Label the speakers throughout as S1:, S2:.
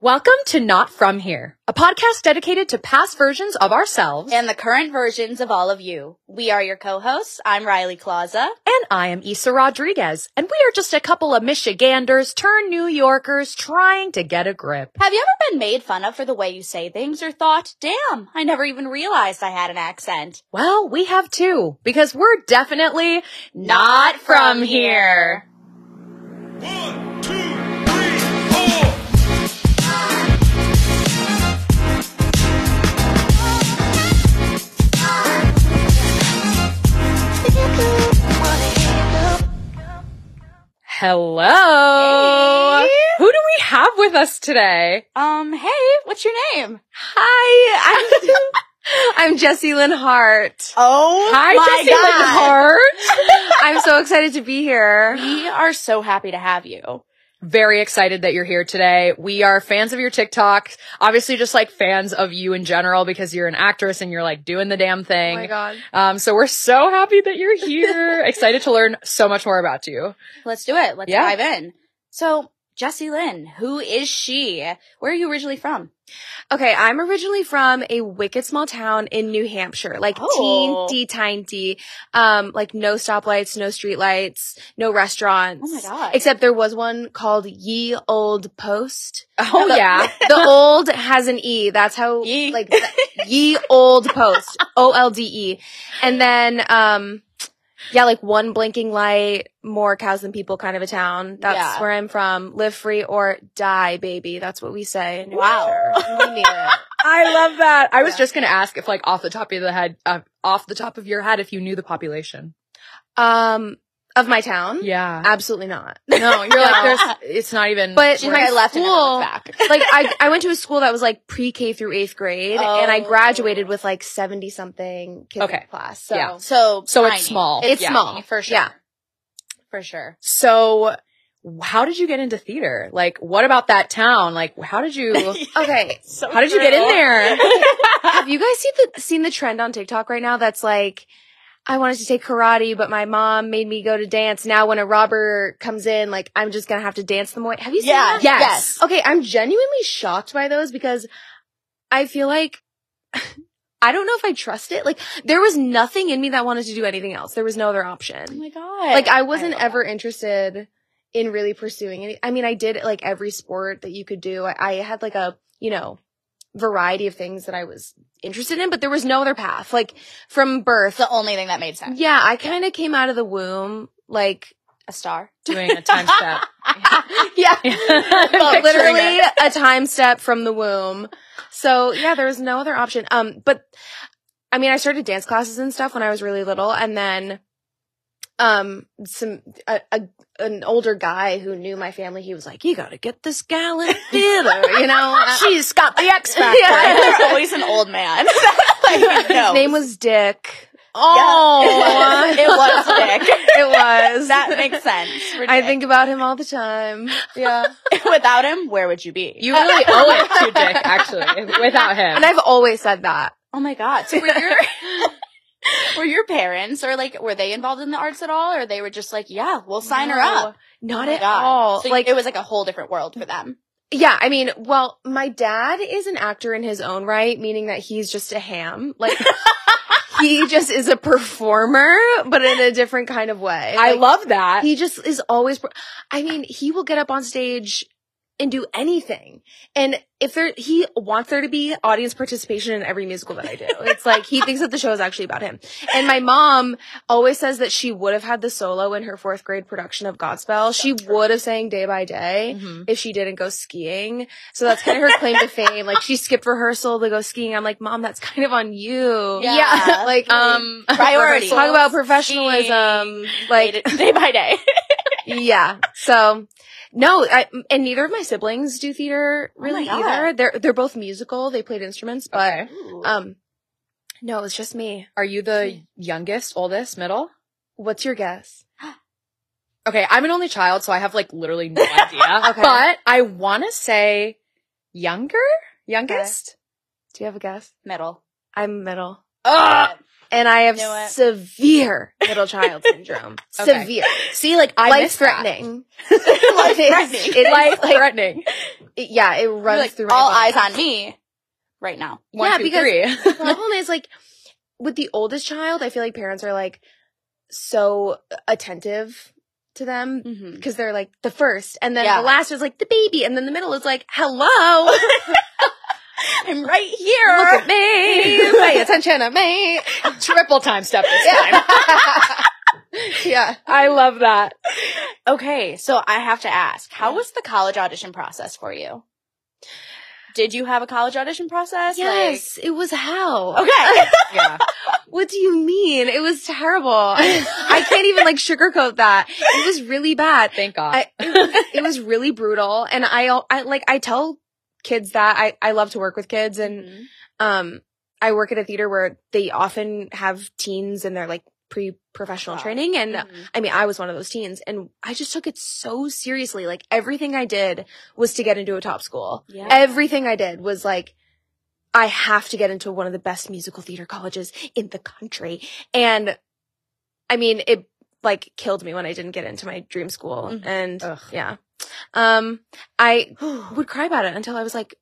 S1: Welcome to Not From Here, a podcast dedicated to past versions of ourselves.
S2: and the current versions of all of you. We are your co-hosts. I'm Riley Clausa.
S1: And I am Issa Rodriguez, and we are just a couple of Michiganders turned New Yorkers trying to get a grip.
S2: Have you ever been made fun of for the way you say things or thought, damn, I never even realized I had an accent?
S1: Well, we have too, because we're definitely not from here.
S3: One, two, three, four.
S1: Hello.
S2: Hey.
S1: Who do we have with us today?
S2: Um, hey, what's your name?
S1: Hi, I'm, I'm Jessie Lynn Hart.
S2: Oh
S1: Hi, Jessie Lynn Hart. I'm so excited to be here.
S2: We are so happy to have you.
S1: Very excited that you're here today. We are fans of your TikTok. Obviously, just like fans of you in general because you're an actress and you're like doing the damn thing.
S2: god.
S1: Um, so we're so happy that you're here. excited to learn so much more about you.
S2: Let's do it. Let's
S1: Yeah.
S2: dive in. So, Jessie Lynn, who is she? Where are you originally from?
S4: Okay, I'm originally from a wicked small town in New Hampshire, like
S2: Oh.
S4: teen, tiny, teen, um, like no stoplights, no streetlights, no restaurants.
S2: Oh my God.
S4: Except there was one called Ye Old Post.
S1: Oh yeah.
S4: The old has an E. That's how
S2: Ye.
S4: like th- Ye Old Post. O L D E. And then um yeah, like one blinking light, more cows than people kind of a town. That's
S2: Yeah.
S4: where I'm from. Live free or die, baby. That's what we say. in New
S2: Wow.
S4: Hampshire. We knew it.
S1: I love that. I was
S2: Yeah.
S1: just going to ask if like off the top of the head, uh, off the top of your head, if you knew the population.
S4: Um, of my town?
S1: Yeah.
S4: Absolutely not.
S1: No, you're like,
S4: No.
S1: there's, it's not even.
S4: But
S2: She's
S4: my
S2: like, I left and never
S4: school,
S2: looked back.
S4: like I, I went to a school that was like pre-K through eighth grade, and I
S2: Oh.
S4: graduated with like seventy something kids in
S1: Okay.
S4: the class. So
S1: Yeah.
S2: So,
S1: So it's
S2: tiny.
S1: small.
S2: It's
S1: Yeah.
S2: small for sure.
S4: Yeah.
S2: For sure.
S1: so how did you get into theater? Like, what about that town? Like, how did you,
S4: okay,
S2: So Oh
S1: how did you get in there?
S4: have you guys seen the seen the trend on TikTok right now? That's like. I wanted to take karate, but my mom made me go to dance. Now, when a robber comes in, like I'm just gonna have to dance the way. Have you seen
S2: Yeah.
S4: that?
S2: Yes.
S4: Okay, I'm genuinely shocked by those because I feel like I don't know if I trust it. Like there was nothing in me that wanted to do anything else. There was no other
S2: Oh
S4: option.
S2: my god.
S4: Like I wasn't
S2: love
S4: ever interested in really pursuing any I mean, I did like every sport that you could do. I, I had like a, you know, variety of things that I was interested in, but there was no other path. Like from
S2: that.
S4: birth.
S2: the only thing that made sense.
S4: Yeah, I kind of came out of the womb like
S2: A star.
S1: Doing a time step.
S4: yeah,
S1: Yeah.
S4: but
S1: Picturing
S4: literally
S1: it.
S4: a time step from the womb. So yeah, there was no other option. Um, but I mean, I started dance classes and stuff when I was really little, and then, um, some a, a an older guy who knew my family, he was like, "You gotta get this gal in theater," you know.
S1: She's got the X
S4: Factor.
S2: Why is there always an old man. like, no.
S4: His name was Dick.
S1: Oh.
S2: it was Dick.
S4: It was.
S2: That makes sense. for
S4: I
S2: Dick.
S4: think about him all the time. Yeah.
S2: without him, where would you be?
S1: You really owe it to Dick, actually, without him.
S4: And I've always said that.
S2: oh my god. So were your were your parents or like were they involved in the arts at all, or they were just like, yeah, we'll sign her
S4: No,
S2: up.
S4: Not
S2: Oh my
S4: at
S2: God.
S4: all.
S2: So
S4: like
S2: it was like a whole different world for them.
S4: Yeah, I mean, well, my dad is an actor in his own right, meaning that he's just a ham. Like he just is a performer, but in a different kind of way.
S1: I
S4: Like,
S1: love that.
S4: He just is always per- I mean, he will get up on stage and do anything. And if there he wants there to be audience participation in every musical that I do. It's like he thinks that the show is actually about him. And my mom always says that she would have had the solo in her 4th grade production of Godspell. She would have sang day by day
S1: Mhm.
S4: if she didn't go skiing. So that's kind of her claim to fame. Like she skipped rehearsal to go skiing. I'm like, mom, that's kind of on you.
S2: Yeah.
S4: like,
S1: Um,
S2: Priorities.
S4: talk about professionalism.
S2: Like
S4: Like,
S2: day by day.
S4: yeah. So no, I, and neither of my siblings do theater
S2: Oh my
S4: really
S2: God.
S4: either. They're, they're both musical. They played instruments, but,
S1: okay.
S4: um, no, it's just me.
S1: Are you the youngest, oldest, middle?
S4: What's your guess?
S1: Okay, I'm an only child, so I have like literally no idea.
S4: Okay.
S1: But I want to say younger, youngest.
S4: Do you have a guess?
S2: Middle.
S4: I'm middle.
S1: Ugh.
S4: And I have
S2: You know what?
S4: severe middle child syndrome.
S1: Okay.
S4: Severe.
S1: See, like I
S4: Life
S1: miss that.
S4: threatening. Life
S2: threatening.
S4: It is
S1: Life
S4: like,
S1: threatening.
S4: it- yeah, it runs
S2: You're like,
S4: through my
S2: all
S4: veins.
S2: eyes on me right now.
S1: One,
S4: Yeah,
S1: two,
S4: because-
S1: three.
S4: The problem is like with the oldest child, I feel like parents are like so attentive to them
S2: Mm-hmm.
S4: because they're like the first, and then
S2: Yeah.
S4: the last is like the baby, and then the middle is like hello,
S2: I'm right
S4: look
S2: here.
S4: at me, pay attention to me.
S1: triple time step this time.
S4: yeah,
S1: I love that.
S2: okay, so I have to ask, how was the college audition process for you? Did you have a college audition process?
S4: yes, it was hell.
S2: Like, okay.
S1: Yeah.
S4: What do you mean? It was terrible. I can't even like sugarcoat that. It was really bad.
S1: Thank God.
S4: I, it, was, it was really brutal. And I, al- I like, I tell kids that I, I love to work with kids and,
S2: Mhm.
S4: um, I work at a theater where they often have teens and they're like pre-professional
S2: Wow.
S4: training. And
S2: Mhm.
S4: I mean, I was one of those teens and I just took it so seriously. Like everything I did was to get into a top school.
S2: Yeah.
S4: Everything I did was like, I have to get into one of the best musical theater colleges in the country. And I mean, it like killed me when I didn't get into my dream school.
S2: Mhm.
S4: And
S1: Ugh.
S4: yeah. Um, I would cry about it until I was like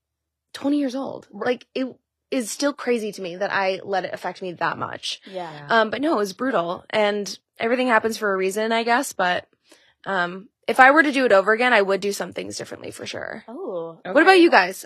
S4: 20 years old. Like it is still crazy to me that I let it affect me that much.
S2: yeah.
S4: Um, but no, it was brutal and everything happens for a reason, I guess. But, um, if I were to do it over again, I would do some things differently for sure.
S2: Oh.
S4: What about you guys?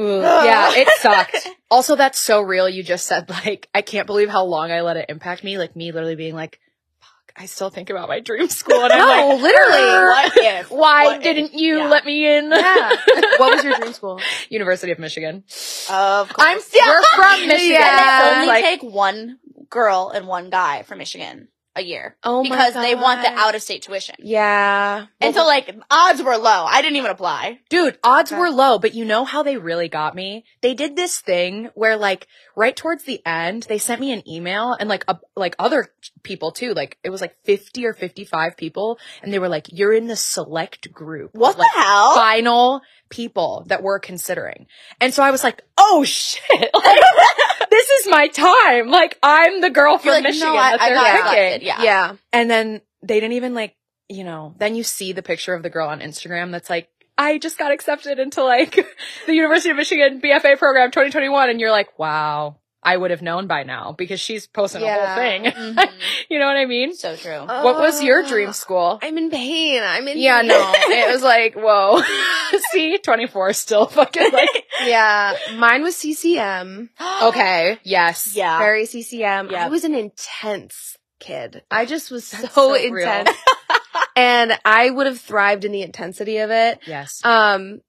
S1: Ooh, yeah, it sucked. Also, that's so real. You just said like, I can't believe how long I let it impact me. Like me literally being like, fuck, I still think about my dream school. And I'm like,
S4: no, literally.
S2: What if?
S1: why
S2: What if-
S1: didn't you
S2: yeah.
S1: let me in?
S4: yeah. What was your dream school?
S1: University of Michigan.
S2: Of course.
S1: I'm we're from Michigan.
S4: Yeah.
S1: so
S2: They
S1: it's
S2: only
S1: like,
S2: take one girl and one guy from Michigan a year
S4: Oh my
S2: because they want the
S4: God.
S2: out of state tuition.
S4: Yeah.
S2: and so like odds were low. I didn't even apply.
S1: Dude, odds
S4: Okay.
S1: were low, but you know how they really got me? They did this thing where like right towards the end, they sent me an email and like a, like other people too, like it was like 50 or 55 people and they were like you're in the select group. of,
S2: What
S1: like,
S2: the hell?
S1: Final people that we're considering. And so I was like, "Oh shit. Like, this is my time. Like I'm the girl from
S2: You're like,
S1: Michigan
S2: no, I,
S1: that
S2: I
S1: they're
S2: got
S1: picking."
S2: selected. Yeah.
S4: Yeah.
S1: And then they didn't even like, you know, then you see the picture of the girl on Instagram that's like, I just got accepted into like the University of Michigan BFA program 2021. And you're like, wow, I would have known by now because she's posting a
S4: Yeah. Oh.
S1: whole thing.
S2: Mhm.
S1: You know what I mean?
S2: so true.
S1: what was your dream school?
S4: I'm in pain. I'm in
S1: yeah,
S4: pain.
S1: no, it was like, whoa, see, 24 still fucking like,
S4: yeah. Mine was CCM.
S1: okay, yes.
S2: Oh. Yeah.
S4: Very CCM.
S2: Yeah.
S4: I was an intense kid. I just was so,
S1: That's so real.
S4: intense. and I would have thrived in the intensity of it.
S1: Yes.
S4: Um,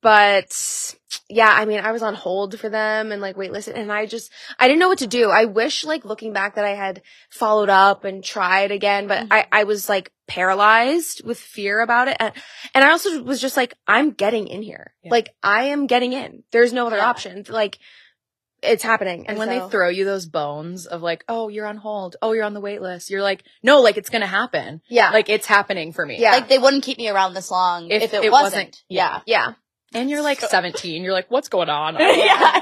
S4: but yeah, I mean, I was on hold for them and like waitlisted and I just, I didn't know what to do. I wish like looking back that I had followed up and tried again, but
S1: Mm-hmm.
S4: I, I was like paralyzed with fear about it. And, and I also was just like, I'm getting in here.
S1: Yeah.
S4: Like I am getting in. There's no other
S2: Yeah.
S4: option. Like it's happening.
S1: And when
S4: so-
S1: they throw you those bones of like, oh, you're on hold. Oh, you're on the wait list. You're like, no, like it's going to happen.
S4: yeah,
S1: Like it's happening for me.
S4: Yeah.
S2: Like they wouldn't keep me around this long if, it, wasn't. Yeah.
S4: yeah.
S1: And you're like 17. You're like, what's going on?
S2: yeah.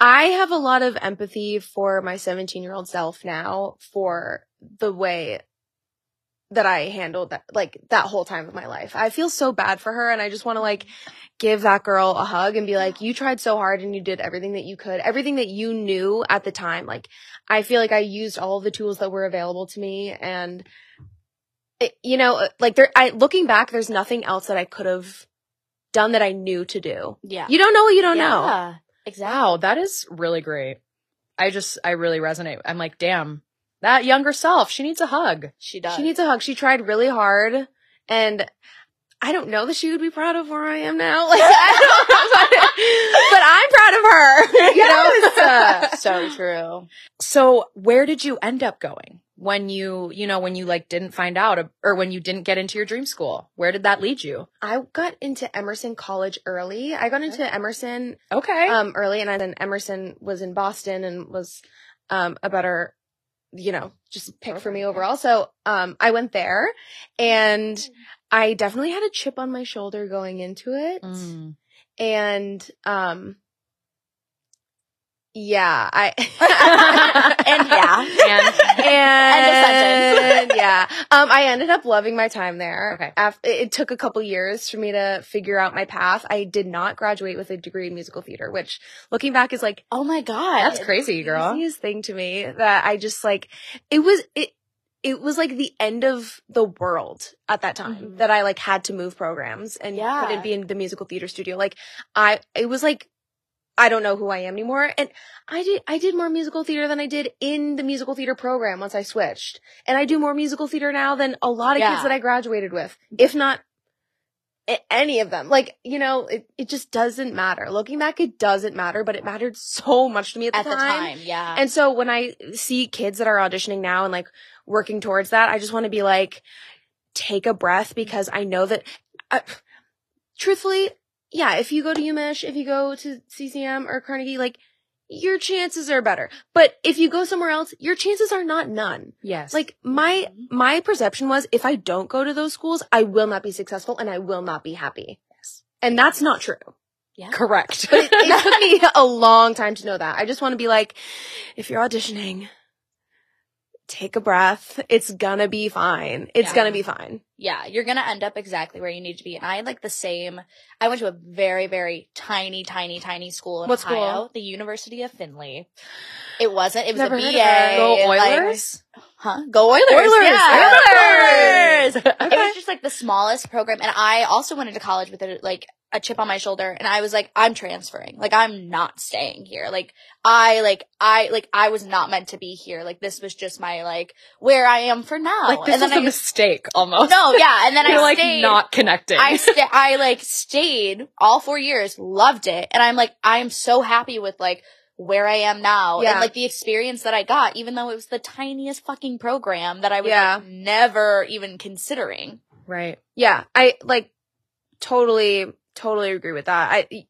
S4: I have a lot of empathy for my 17 year old self now for the way that I handled that, like that whole time of my life. I feel so bad for her and I just want to like give that girl a hug and be like, you tried so hard and you did everything that you could, everything that you knew at the time. Like I feel like I used all of the tools that were available to me and it, you know, uh, like there, I, looking back, there's nothing else that I could have done that I knew to do.
S2: Yeah.
S4: You don't know what you don't know.
S2: Yeah. Exactly.
S1: Wow. That is really great. I just, I really resonate. I'm like, damn, that younger self, she needs a hug.
S2: She does.
S4: She needs a hug. She tried really hard, and I don't know that she would be proud of where I am now. Like, I don't, but, but I'm proud of her. You know?
S1: Yes.
S2: so true.
S1: So where did you end up going when you, you know, when you like didn't find out or when you didn't get into your dream school? Where did that lead you?
S4: I got into Emerson College early. I got into Emerson
S1: Okay.
S4: um early, and then Emerson was in Boston and was um a better, you know, just pick for me overall. So um I went there, and
S1: Mm.
S4: I definitely had a chip on my shoulder
S2: Mm.
S4: going into it.
S1: Mm.
S4: and um yeah, I
S2: and yeah.
S1: And
S4: and yeah, um, I ended up loving my time there.
S1: Okay.
S4: After, it took a couple years for me to figure out my path. I did not graduate with a degree in musical theater, which looking back is like
S2: Oh my god.
S1: that's crazy,
S4: the
S1: girl.
S4: easiest thing to me that I just like. It was it. It was like the end of the world at that time
S2: Mhm.
S4: that I like had to move programs and
S2: Yeah.
S4: couldn't be in the musical theater studio. Like I, it was like I don't know who I am anymore. And I did I did more musical theater than I did in the musical theater program once I switched. And I do more musical theater now than a lot of
S2: Yeah.
S4: kids that I graduated with, if not a- any of them. Like, you know, it, it just doesn't matter. Looking back, it doesn't matter, but it mattered so much to me at the,
S2: At the
S4: time.
S2: time, yeah.
S4: And so when I see kids that are auditioning now and like working towards that, I just want to be like, take a breath because I know that, I, truthfully, yeah, if you go to UMich, if you go to CCM or Carnegie, like your chances are better. But if you go somewhere else, your chances are not none.
S1: Yes.
S4: Like my,
S2: Mm-hmm.
S4: my perception was if I don't go to those schools, I will not be successful and I will not be happy. And that's not true.
S1: correct.
S4: But it, it took me a long time to know that. I just want to be like, if you're auditioning, take a breath. It's gonna be fine. It's
S2: Yeah.
S4: gonna be fine.
S2: yeah, you're gonna end up exactly where you need to be. And I had, like the same. I went to a very, very tiny, tiny, tiny school in
S4: What school?
S2: Ohio, the University of Findlay. It wasn't. It was
S4: Never
S2: a
S4: heard
S2: BA.
S4: of it.
S1: Go
S2: like-
S1: Oilers.
S2: huh? Go Oilers!
S4: Oilers,
S2: yeah.
S1: Oilers.
S2: It was just like the smallest program, and I also went into college with a, like a chip on my shoulder, and I was like, I'm transferring. Like I'm not staying here. Like I like I like I was not meant to be here. Like this was just my like where I am for now.
S1: Like this
S2: and then
S1: is a
S2: I
S1: mistake almost.
S2: no, yeah, and then
S1: You're
S2: I
S1: like
S2: stayed.
S1: not connecting.
S2: I sta- I like stayed all four years, loved it, and I'm like I am so happy with like where I am now and
S4: Yeah.
S2: like the experience that I got, even though it was the tiniest fucking program that I was like,
S4: Yeah.
S2: never even considering.
S1: right.
S4: Yeah, I like totally, totally agree with that. I.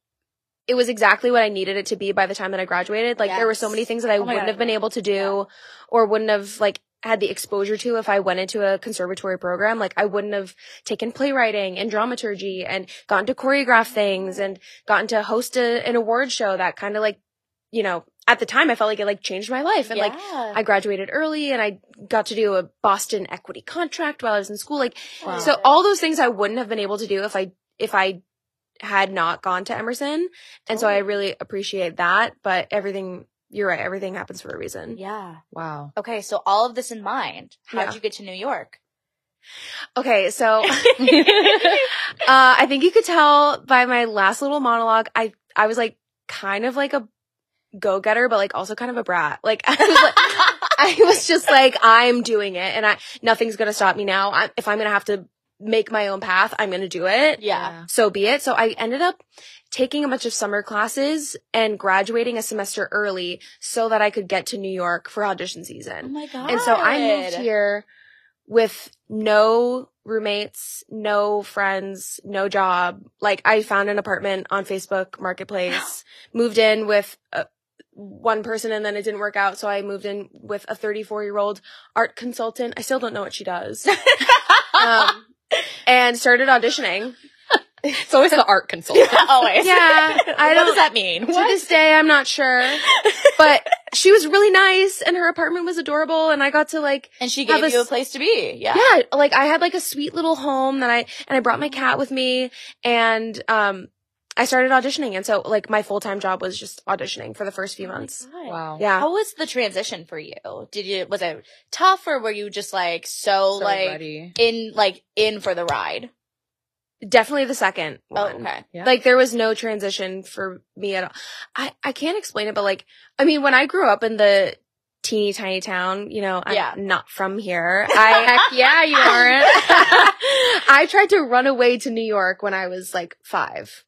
S4: It was exactly what I needed it to be by the time that I graduated. Like there were so
S2: Yes.
S4: many things that
S2: Oh
S4: I
S2: my
S4: wouldn't
S2: God,
S4: have been
S2: yeah.
S4: able to do
S2: Yeah.
S4: or wouldn't have like had the exposure to if I went into a conservatory program. Like I wouldn't have taken playwriting and dramaturgy and gotten to choreograph things and gotten to host a, an award show that kind of like, you know, at the time I felt like it like changed my life and like
S2: Yeah.
S4: I graduated early and I got to do a Boston equity contract while I was in school. Like,
S1: Wow.
S4: so
S2: Oh.
S4: all those things I wouldn't have been able to do if I, if I had not gone to Emerson. And so I really appreciate that. But everything, you're right. Everything happens for a reason.
S2: yeah.
S1: Wow.
S2: Okay, so all of this in mind, how'd
S4: Yeah.
S2: you get to New York?
S4: Okay. So, uh, I think you could tell by my last little monologue, I, I was like kind of like a go getter, but like also kind of a brat. Like, I was like, I was just like, I'm doing it, and I nothing's gonna stop me now. I, if I'm gonna have to make my own path, I'm gonna do it.
S2: yeah.
S4: So be it. So I ended up taking a bunch of summer classes and graduating a semester early so that I could get to New York for audition
S2: Oh
S4: season.
S2: my god.
S4: And so I moved here with no roommates, no friends, no job. Like I found an apartment on Facebook Marketplace, moved in with a, one person and then it didn't work out. So I moved in with a 34 year old art consultant. I still don't know what she does. um, and started auditioning.
S1: It's always the art consultant.
S2: Always.
S4: Yeah. I
S2: Oh, what does
S4: don't,
S2: that mean?
S4: to this day, I'm not sure, but she was really nice and her apartment was adorable. And I got to like,
S2: And she
S4: Have
S2: gave
S4: a
S2: you a
S4: s-
S2: place to be. Yeah.
S4: yeah like i had like a sweet little home that i and i brought my cat with me and um i started auditioning and so like my full-time job was just auditioning for the first few months
S2: Oh.
S1: wow.
S4: yeah
S2: How was the transition for you? Did you was it tough or were you just like so,
S1: So
S2: like
S1: ready.
S2: in like in for the ride?
S4: definitely the second
S2: Oh,
S4: one.
S2: okay.
S1: Yeah.
S4: like there was no transition for me at all i i can't explain it but like i mean when i grew up in the teeny tiny town you know i'm
S2: Yeah.
S4: not from here i
S1: yeah, you aren't.
S4: I tried to run away to New York when I was like five.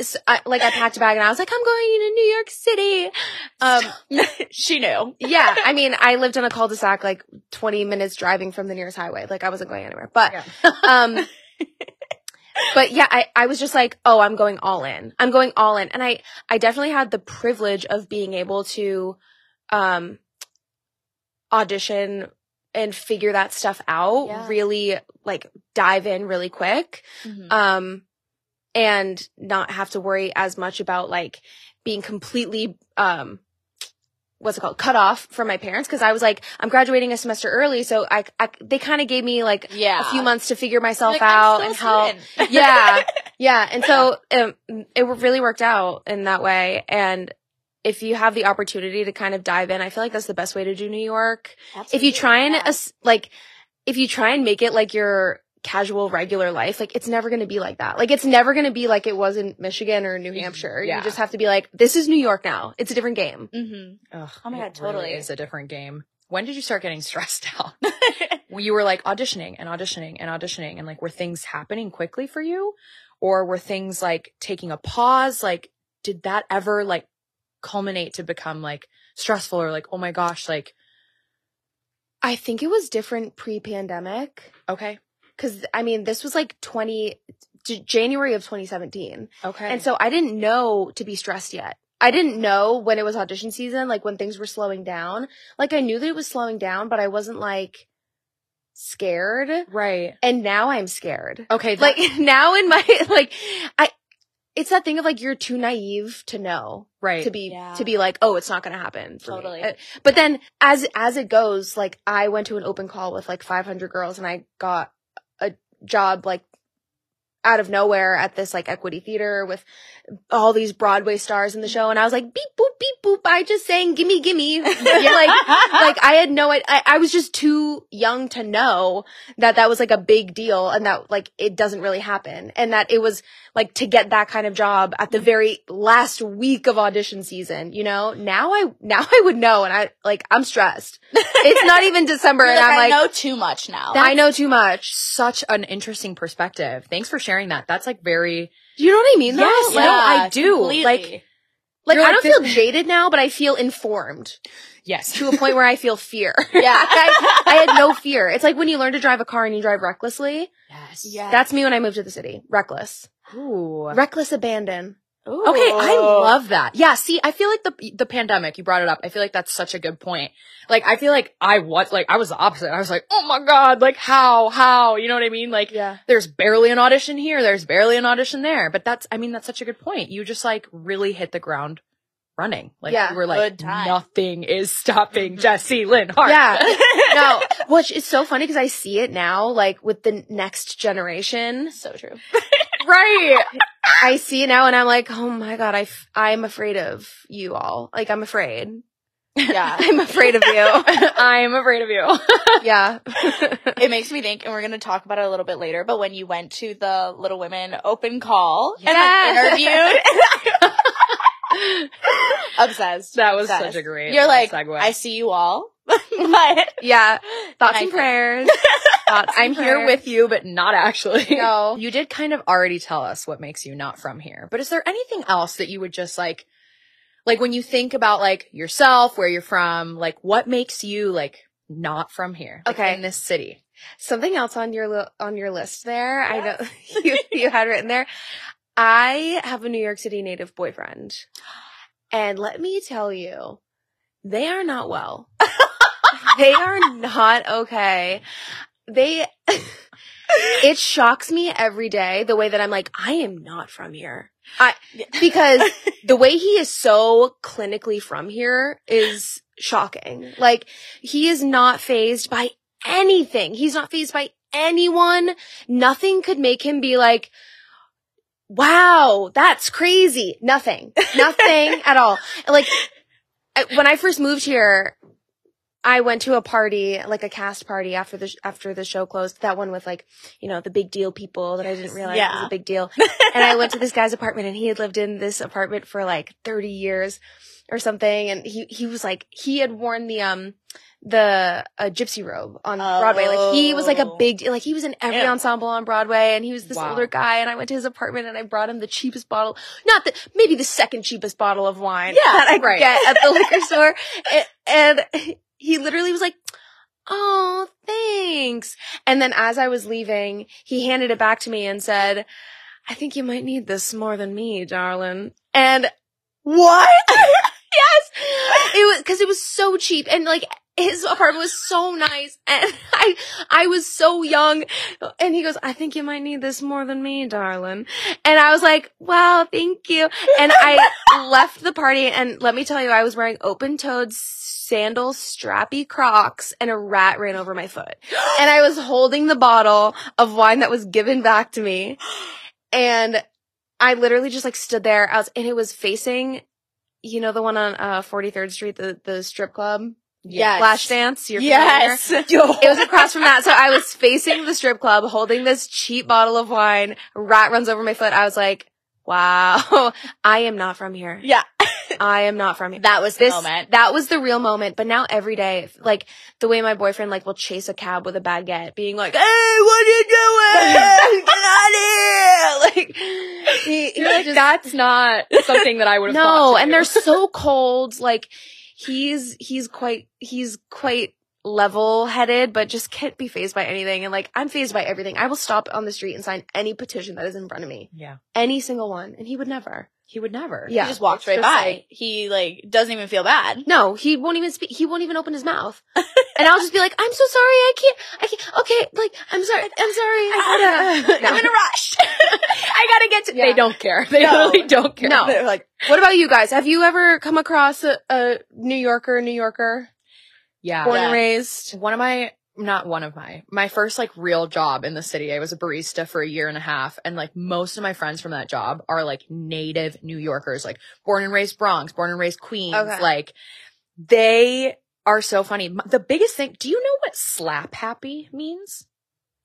S4: So I, like I packed a bag and I was like, I'm going to New York City. Um,
S2: she knew.
S4: yeah, I mean, I lived on a cul-de-sac like 20 minutes driving from the nearest highway. Like I wasn't going anywhere, but, um, but yeah, I, I was just like, oh, I'm going all in. I'm going all in. And I, I definitely had the privilege of being able to, um, audition and figure that stuff out
S2: Yeah.
S4: really like dive in really quick
S2: Mhm.
S4: um and not have to worry as much about like being completely um what's it called cut off from my parents because I was like I'm graduating a semester early, so I, I they kind of gave me like
S2: Yeah.
S4: a few months to figure myself
S2: Like, I'm
S4: out
S2: still
S4: and
S2: a
S4: help.
S2: student.
S4: Yeah, yeah, and so um, it really worked out in that way. And if you have the opportunity to kind of dive in, I feel like that's the best way to do New York. If you try and
S2: Absolutely,
S4: as- like, if you try and make it like your casual regular life, like it's never going to be like that. Like it's never going to be like it was in Michigan or New Hampshire.
S1: Yeah.
S4: You just have to be like, this is New York now. It's a different game.
S2: yeah. Mhm.
S1: Ugh,
S2: Oh my
S1: it
S2: God, totally.
S1: Really is a different game. When did you start getting stressed out? When you were like auditioning and auditioning and auditioning, and like were things happening quickly for you, or were things like taking a pause? Like, did that ever like culminate to become like stressful or like, oh my gosh, like
S4: I think it was different pre pandemic.
S1: okay,
S4: Cause I mean, this was like 20, J- January of 2017.
S1: okay,
S4: And so I didn't know to be stressed yet. I didn't know when it was audition season, like when things were slowing down. Like I knew that it was slowing down, but I wasn't like scared.
S1: right,
S4: And now I'm scared.
S1: okay, that-
S4: Like now in my like I it's that thing of like you're too naive to know
S1: right,
S4: to be
S2: Yeah.
S4: to be like, "Oh, it's not going to happen." for me.
S2: Totally.
S4: Uh, But then as as it goes, like I went to an open call with like 500 girls and I got a job like out of nowhere at this like equity theater with all these Broadway stars in the show, and I was like, beep boop beep boop. I just sang gimme gimme. You're like, like I had no, I, I was just too young to know that that was like a big deal, and that like it doesn't really happen, and that it was like to get that kind of job at the very last week of audition season. You know, now I now I would know, and I like I'm stressed. It's not even December,
S2: You're
S4: and
S2: like,
S4: I'm
S2: I
S4: like,
S2: know too much now.
S4: I know too much.
S1: such an interesting perspective. Thanks for sharing that. That's like very
S4: You know what I mean? though?
S1: Yes,
S4: like,
S1: no, I do.
S2: completely.
S1: Like-
S4: like,
S1: You're
S4: I
S1: like
S4: don't feel jaded now, but I feel informed.
S1: yes,
S4: to a point where I feel fear.
S2: Yeah.
S4: I, I had no fear. It's like when you learn to drive a car and you drive recklessly.
S1: yes,
S2: Yeah.
S4: That's me when I moved to the city. Reckless.
S1: Ooh.
S4: Reckless abandon.
S1: Okay, I
S2: Ooh.
S1: love that. Yeah, see, I feel like the the pandemic you brought it up. I feel like that's such a good point. Like, I feel like I was like I was the opposite. I was like, oh my god, like how how you know what I mean? Like,
S4: Yeah.
S1: there's barely an audition here, there's barely an audition there. But that's I mean that's such a good point. You just like really hit the ground running. Like
S4: Yeah, Mm-hmm.
S1: you were like
S2: good time.
S1: nothing is stopping Jesse Lynn Hart.
S4: Yeah. No, which is so funny because I see it now, like with the next generation.
S2: so true.
S1: right.
S4: I see it now and I'm like, oh my God, I, f- I'm afraid of you all. Like, I'm afraid.
S2: Yeah.
S4: I'm afraid of you.
S1: I'm afraid of you.
S4: yeah.
S2: it makes me think, and we're going to talk about it a little bit later, but when you went to the Little Women open call and like
S4: Yes.
S2: interviewed, obsessed.
S1: That was
S2: obsessed.
S1: such a great.
S2: You're like,
S1: segue.
S2: I see you all. but
S4: Yeah. Thoughts
S2: I-
S4: and prayers. Thoughts and
S1: I'm here
S4: prayers.
S1: with you, but not actually.
S4: No.
S1: Oh, You did kind of already tell us what makes you not from here, but is there anything else that you would just like, like when you think about like yourself, where you're from, like what makes you like not from here? like,
S4: Okay.
S1: In this city.
S4: Something else on your li- on your list there. I know you you had written there. I have a New York City native boyfriend. And let me tell you, they are not well. they are not okay. They it shocks me every day the way that I'm like I am not from here. I because the way he is so clinically from here is shocking. Like he is not phased by anything. He's not phased by anyone. Nothing could make him be like, wow, that's crazy. Nothing, nothing at all. And, Like I- when I first moved here, I went to a party, like a cast party after the, sh- after the show closed. That one with like, you know, the big deal people that I didn't realize was
S2: Yeah.
S4: a big deal. And I went to this guy's apartment and he had lived in this apartment for like 30 years or something. And he, he was like, he had worn the, um, the uh, gypsy robe on Broadway. Like he was like a
S2: Oh.
S4: big, like he was in every
S2: Ew.
S4: ensemble on Broadway, and he was this
S1: Wow.
S4: older guy. And I went to his apartment, and I brought him the cheapest bottle, not the maybe the second cheapest bottle of wine
S2: Yeah,
S4: that I could
S1: right.
S4: get at the liquor store, and, and he literally was like. Oh, thanks. And then as I was leaving, he handed it back to me and said, I think you might need this more than me, darling. And
S2: what?
S4: yes, it was because it was so cheap, and like his apartment was so nice and I I was so young and he goes, I think you might need this more than me, darling. And I was like, Well, thank you. And I left the party and let me tell you, I was wearing open toed sandal strappy crocs and a rat ran over my foot. And I was holding the bottle of wine that was given back to me. And I literally just like stood there out and it was facing you know the one on uh 43rd Street, the the strip club?
S2: Yes.
S4: Flash dance. You're familiar?
S2: yes.
S4: It was across from that. So I was facing the strip club holding this cheap bottle of wine. Rat runs over my foot. I was like, wow, I am not from here.
S2: yeah.
S4: I am not from here.
S2: That was the
S4: This,
S2: moment.
S4: that was the real moment. But now every day, like the way my boyfriend like will chase a cab with a baguette being like, hey, what are you doing? Get out of here. Like he, he
S1: You're like,
S4: just-
S1: that's not something that I would have
S4: no, and
S1: there's.
S4: they're so cold. Like he's he's quite he's quite level headed, but just can't be phased by anything. And like I'm phased by everything. I will stop on the street and sign any petition that is in front of me,
S1: Yeah.
S4: any single one, and he would never.
S1: He would never.
S4: Yeah,
S2: he just walks
S4: it's
S2: right
S4: just
S2: by.
S4: like-
S2: he like doesn't even feel bad.
S4: no, he won't even speak. He won't even open his mouth, and I'll just be like, "I'm so sorry, I can't, I can't." Okay, like I'm sorry, I'm sorry. I gotta-
S2: I'm in a rush. I gotta get to.
S4: Yeah.
S1: They don't care. They
S2: No.
S1: really don't care.
S4: No.
S1: They're like,
S4: What about you guys? Have you ever come across a, a New Yorker, New Yorker,
S1: yeah.
S4: born
S2: Yeah.
S4: and raised?
S1: One of my, not one of my, my first like real job in the city, I was a barista for a year and a half. And like most of my friends from that job are like native New Yorkers, like born and raised Bronx, born and raised Queens.
S4: Okay.
S1: Like they are so funny. M- The biggest thing, do you know what slap happy means?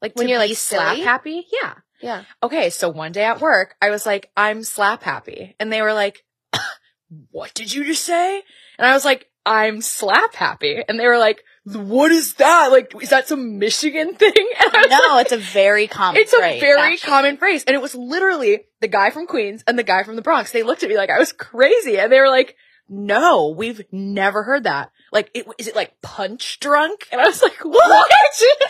S1: Like
S4: When
S1: to
S4: you're,
S1: be
S4: like,
S1: slap
S4: silly?
S1: happy? Yeah.
S4: Yeah.
S1: okay, so one day at work, I was like, I'm slap happy. And they were like, what did you just say? And I was like, I'm slap happy. And they were like, what is that? Like, is that some Michigan thing? And I was
S2: No,
S1: like,
S2: it's a very common.
S1: it's a
S2: phrase,
S1: very
S2: actually.
S1: common phrase. And it was literally the guy from Queens and the guy from the Bronx. They looked at me like I was crazy. And they were like, no, we've never heard that. Like, it, is it like punch drunk? And I was like, what?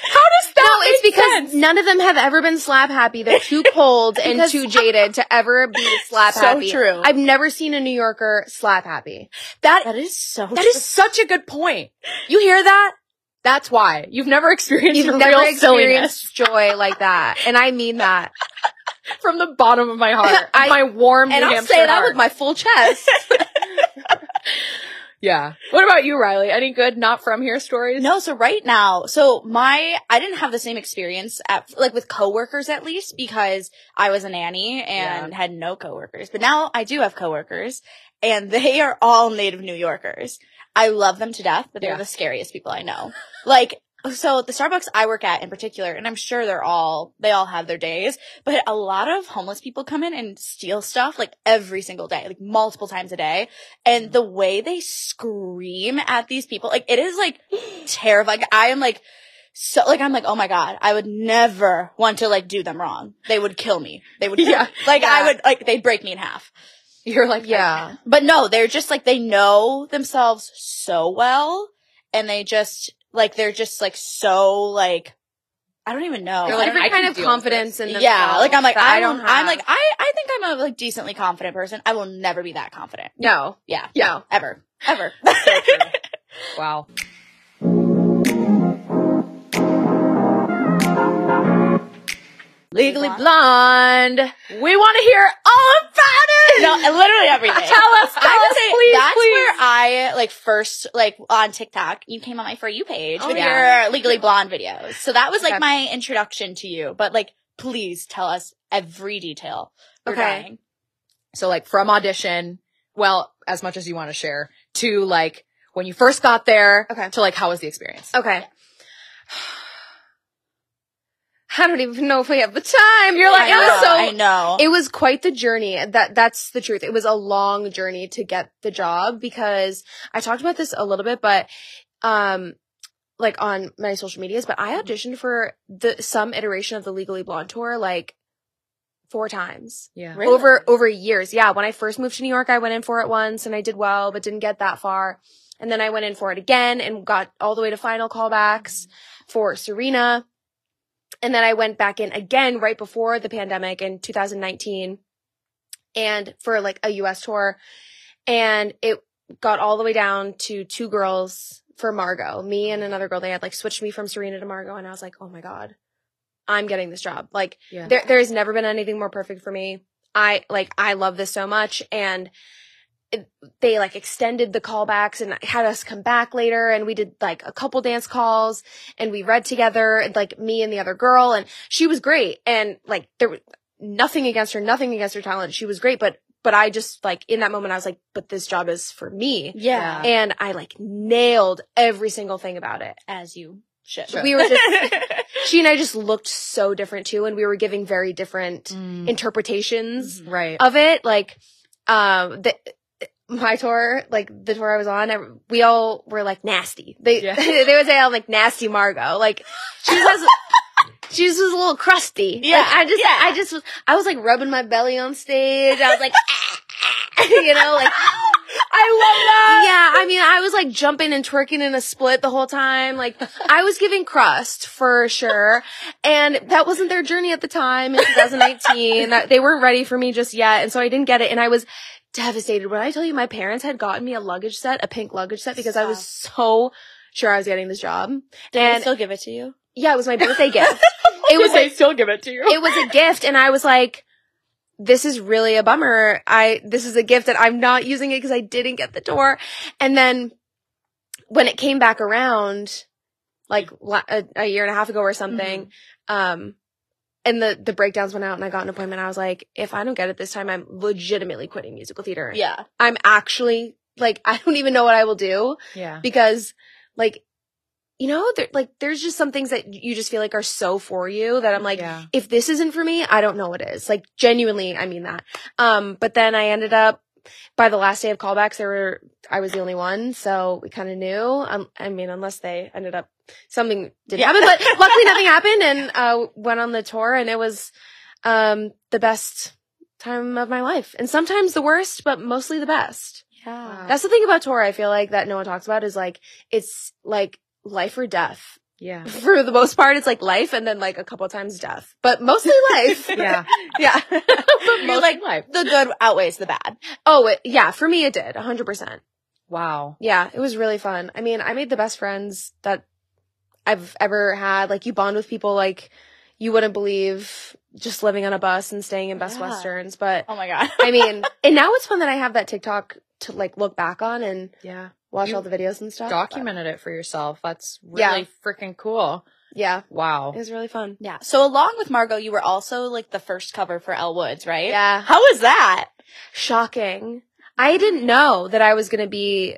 S1: How does that
S4: No, it's
S1: make
S4: because
S1: sense?
S4: none of them have ever been slap happy. They're too cold and
S1: Because-
S4: too jaded to ever be slap
S1: So
S4: happy.
S1: true.
S4: I've never seen a New Yorker slap happy.
S1: that
S2: That is so.
S1: That is such a good point. You hear that? That's why you've never experienced
S4: You've
S1: real
S4: never
S1: silliness
S4: experienced joy like that, and I mean that.
S1: from the bottom of my heart,
S4: I-
S1: my warm New
S4: and I'll
S1: Hampshire
S4: say that
S1: heart.
S4: with my full chest.
S1: yeah. What about you, Riley? Any good not from here stories?
S2: No, so right now, so my, I didn't have the same experience at, like with coworkers at least because I was a nanny and had no coworkers, but now I do have coworkers and they are all native New Yorkers. I love them to death, but they're
S1: Yeah.
S2: the scariest people I know. Like, so the Starbucks I work at in particular, and I'm sure they're all, they all have their days, but a lot of homeless people come in and steal stuff like every single day, like multiple times a day. And the way they scream at these people, like it is like terrifying. Like, I am like, so like I'm like, oh my god, I would never want to like do them wrong. They would kill me. They would,
S1: Yeah.
S2: yeah. Like
S4: Yeah.
S2: I would, like they'd break me in half.
S1: You're like,
S4: yeah.
S2: But no, they're just like they know themselves so well, and they just like they're just like so like I don't even know.
S1: They're
S2: Oh, I
S1: like,
S2: don't
S1: I can
S4: Every kind of
S1: deal with
S4: confidence in themselves.
S2: yeah, like I'm like
S4: that
S2: I don't.
S4: have.
S2: I'm like I. I think I'm a like decently confident person. I will never be that confident.
S4: no,
S2: Yeah,
S4: no.
S2: ever, ever.
S1: wow. Legally Blonde. We want to hear all about it.
S2: no, literally everything.
S1: Tell us, tell
S2: I
S1: us,
S2: would say
S1: please,
S2: that's
S1: please.
S2: where I like first like on TikTok. You came on my for you page
S4: Oh,
S2: with
S4: yeah.
S2: your Legally Blonde videos. So that was like
S4: Okay.
S2: my introduction to you. But like, please tell us every detail. We're
S4: Okay.
S2: dying.
S1: So like from audition, well, as much as you want to share, to like when you first got there,
S4: Okay.
S1: to like how was the experience?
S4: Okay. I don't even know if we have the time. You're like,
S2: I
S4: it was
S2: know,
S4: so
S2: I know.
S4: it was quite the journey. That that's the truth. It was a long journey to get the job because I talked about this a little bit, but um like on my social medias, but I auditioned for the some iteration of the Legally Blonde tour like four times.
S1: Yeah.
S2: Really?
S4: Over over years. Yeah, when I first moved to New York, I went in for it once and I did well, but didn't get that far. And then I went in for it again and got all the way to final callbacks for Serena. And then I went back in again right before the pandemic in 2019 and for like a US tour and it got all the way down to two girls for Margot. Me and another girl, they had like switched me from Serena to Margot, and I was like, oh my god, I'm getting this job. Like
S1: Yeah.
S4: there, there has never been anything more perfect for me. I like, I love this so much, and it- they like extended the callbacks and had us come back later and we did like a couple dance calls and we read together and, like me and the other girl and she was great and like there was nothing against her nothing against her talent she was great but but i just like in that moment i was like but this job is for me
S1: Yeah.
S4: and i like nailed every single thing about it
S2: as you should.
S1: Sure.
S4: we were just she and i just looked so different too and we were giving very different interpretations
S1: Mm, right.
S4: of it like um the my tour like the tour i was on I- we all were like nasty they
S1: Yeah.
S4: they would say i'm like nasty margot like she was she was a little crusty Like,
S2: Yeah,
S4: i just
S2: yeah.
S4: i just was i was like rubbing my belly on stage i was like you know like
S2: I
S4: yeah i mean i was like jumping and twerking in a split the whole time like i was giving crust for sure and that wasn't their journey at the time in 2019 That- they weren't ready for me just yet and so i didn't get it and i was devastated when i tell you my parents had gotten me a luggage set a pink luggage set because i was so sure i was getting this job
S2: love.
S4: and
S2: still give it to you.
S4: yeah it was my birthday gift it was
S1: they still give it to you.
S4: it was a gift and I was like, this is really a bummer. I, this is a gift that I'm not using it because I didn't get the door. And then when it came back around, like la- a, a year and a half ago or something, um, and the, the breakdowns went out and I got an appointment. I was like, if I don't get it this time, I'm legitimately quitting musical theater.
S2: Yeah.
S4: I'm actually like, I don't even know what I will do
S1: yeah.
S4: because like, you know, there, like there's just some things that you just feel like are so for you that I'm like,
S1: yeah.
S4: if this isn't for me, I don't know what is. Like genuinely, I mean that. Um, but then I ended up by the last day of callbacks, there were I was the only one, so we kind of knew. Um, I mean, unless they ended up something did
S2: Yeah.
S4: happen, but luckily nothing happened, and uh, went on the tour, and it was um the best time of my life, and sometimes the worst, but mostly the best.
S2: Yeah.
S4: That's the thing about tour. I feel like that no one talks about is like it's like life or death.
S1: Yeah.
S4: For the most part, it's like life, and then like a couple times death, but mostly life.
S1: Yeah.
S4: Yeah.
S1: Most
S4: You're like,
S1: of life.
S2: The good outweighs the bad.
S4: oh, it, yeah, for me it did, 100%.
S1: Wow.
S4: Yeah, it was really fun. I mean, I made the best friends that I've ever had. Like, you bond with people like you wouldn't believe just living on a bus and staying in Best
S2: Yeah.
S4: Westerns. But
S2: Oh my god.
S4: I mean, and now it's fun that I have that TikTok to like look back on and
S1: Yeah.
S4: watch
S1: You
S4: all the videos and stuff. but-
S1: Documented it for yourself. That's
S4: Yeah.
S1: really freaking cool.
S4: Yeah,
S1: Wow.
S4: it was really fun.
S2: Yeah. So along with Margot, you were also like the first cover for Elle Woods, right?
S4: Yeah.
S2: How was that?
S4: Shocking. I didn't know that I was going to be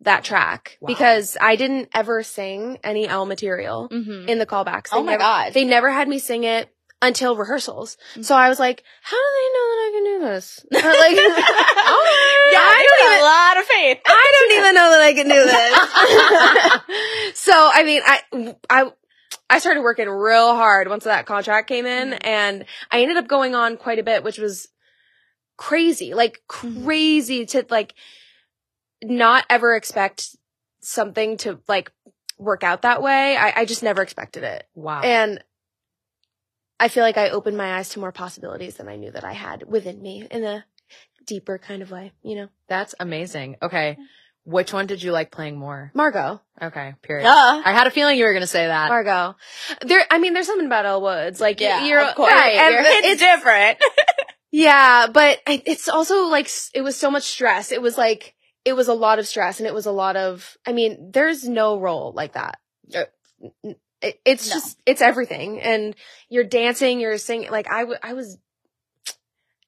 S4: that track
S1: Wow.
S4: because I didn't ever sing any L material
S2: Mm-hmm.
S4: in the callbacks. They
S2: Oh my
S4: never-
S2: god. Mm-hmm.
S4: They never had me sing it until rehearsals. So I was like, how do they know that I can do this? Or like,
S2: yeah,
S4: I
S2: you
S4: don't
S2: had a lot
S4: even-
S2: of faith.
S4: I don't even know that I can do this. so I mean, I I I started working real hard once that contract came in,
S2: Mhm.
S4: and I ended up going on quite a bit, which was crazy, like
S2: Mhm.
S4: crazy to like not ever expect something to like work out that way. I, I just never expected it,
S1: Wow.
S4: and. I feel like I opened my eyes to more possibilities than I knew that I had within me in a deeper kind of way, you know.
S1: That's amazing. Okay. Which one did you like playing more?
S4: Margot,
S1: Okay. Period.
S2: Duh.
S1: I had a feeling you were going to say that.
S4: Margot. There, I mean, there's something about Elle Woods. Like,
S2: Yeah,
S4: you're
S2: of course.
S4: right. and
S2: You're-
S4: the-
S2: it's,
S4: it's-
S2: different.
S4: yeah, but I- it's also like s- it was so much stress. It was like it was a lot of stress, and it was a lot of. I mean, there's no role like that. Uh, n- n- it- it's
S2: No.
S4: just it's everything, and you're dancing, you're singing. Like I, w- I was.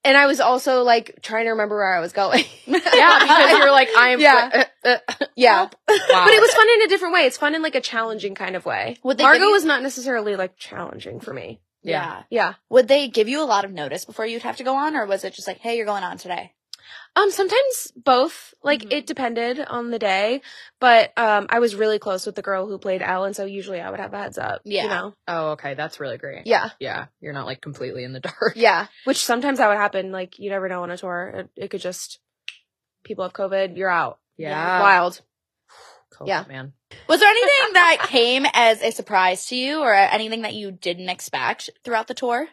S4: And I was also like trying to remember where I was going.
S1: Yeah, because you're like, I am.
S4: Yeah. yeah.
S1: Wow.
S4: But it was fun in a different way. It's fun in like a challenging kind of way.
S2: Would they give
S4: Margot
S2: you-
S4: was not necessarily like challenging for me.
S1: Yeah.
S4: Yeah.
S2: Would they give you a lot of notice before you'd have to go on, or was it just like, hey, you're going on today?
S4: Um, sometimes both. Like
S2: Mhm.
S4: it depended on the day, but um, I was really close with the girl who played Elle, and so usually I would have a heads up.
S2: Yeah.
S4: You know.
S1: Oh, okay. That's really great.
S4: Yeah.
S1: Yeah. You're not like completely in the dark.
S4: Yeah. Which sometimes that would happen. Like you never know on a tour. It, it could just people have COVID. You're out.
S1: Yeah.
S4: Wild.
S1: Cool,
S4: Yeah.
S1: man.
S2: Was there anything that came as a surprise to you, or anything that you didn't expect throughout the tour?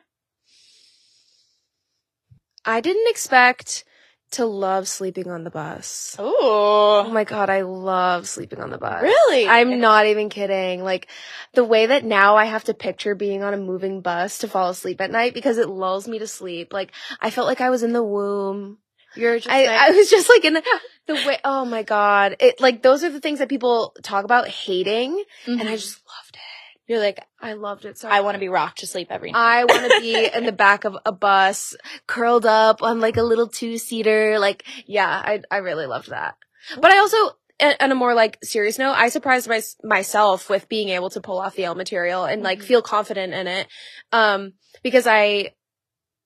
S4: I didn't expect to love sleeping on the bus. Oh
S2: Ooh.
S4: my god, I love sleeping on the bus.
S2: Really?
S4: I'm not even kidding. Like the way that now I have to picture being on a moving bus to fall asleep at night because it lulls me to sleep. Like I felt like I was in the womb.
S1: You're just
S4: I,
S1: like,
S4: I was just like in the, the way. Oh my god! It like those are the things that people talk about hating, and I just loved it.
S2: You're like,
S4: I loved it so.
S2: I want to be rocked to sleep every night.
S4: I want to be in the back of a bus, curled up on like a little two seater. Like, yeah, I I really loved that. But I also, a- on a more like serious note, I surprised my, myself with being able to pull off the L material and like
S2: Mhm.
S4: feel confident in it, um, because I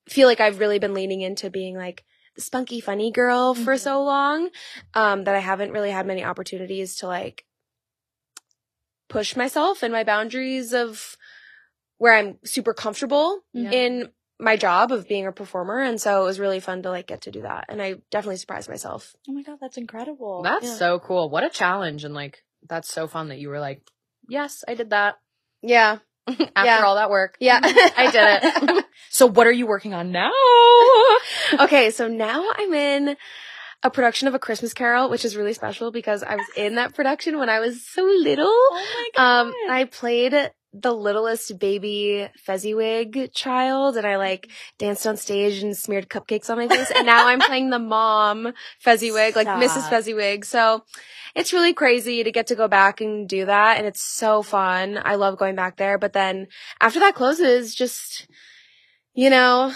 S4: feel like I've really been leaning into being like the spunky, funny girl for
S2: Mhm.
S4: so long, um, that I haven't really had many opportunities to like push myself and my boundaries of where I'm super comfortable
S2: Yeah.
S4: in my job of being a performer. And so it was really fun to like get to do that. And I definitely surprised myself.
S2: oh my god, that's incredible.
S1: that's
S4: yeah.
S1: so cool. What a challenge. And like, that's so fun that you were like, yes, I did that
S4: Yeah.
S1: after
S4: Yeah.
S1: all that work.
S4: Yeah.
S1: I did it. so what are you working on now?
S4: okay. So now I'm in a production of A Christmas Carol, which is really special because I was in that production when I was so little.
S2: oh
S4: Um, and I played the littlest baby Fezziwig child, and I like danced on stage and smeared cupcakes on my face. and now I'm playing the mom Fezziwig, like Mrs.
S2: Stop.
S4: Fezziwig. So it's really crazy to get to go back and do that, and it's so fun. I love going back there. But then after that closes, just you know,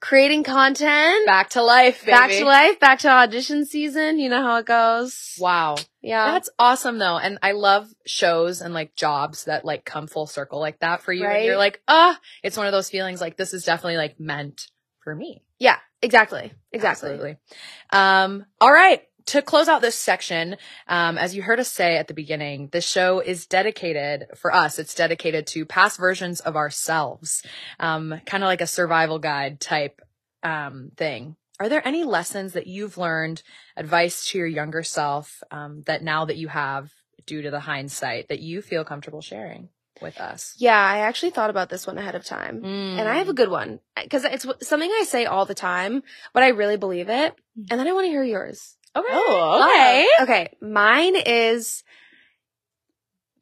S4: creating content.
S1: Back to life, baby.
S4: Back to life, back to audition season. You know how it goes.
S1: Wow.
S4: Yeah.
S1: That's awesome though. And I love shows and like jobs that like come full circle like that for you. And you're
S4: Right.
S1: like, ah, it's one of those feelings like this is definitely like meant for me.
S4: yeah. Exactly. Exactly.
S1: Absolutely. Um, all right. To close out this section, um, as you heard us say at the beginning, this show is dedicated for us. It's dedicated to past versions of ourselves, um, kind of like a survival guide type um, thing. Are there any lessons that you've learned, advice to your younger self um, that now that you have, due to the hindsight, that you feel comfortable sharing with us?
S4: Yeah, I actually thought about this one ahead of time. And I have a good one because it's w- something I say all the time, but I really believe it. And then I want to hear yours.
S1: okay.
S2: Oh, okay.
S4: Okay. Mine is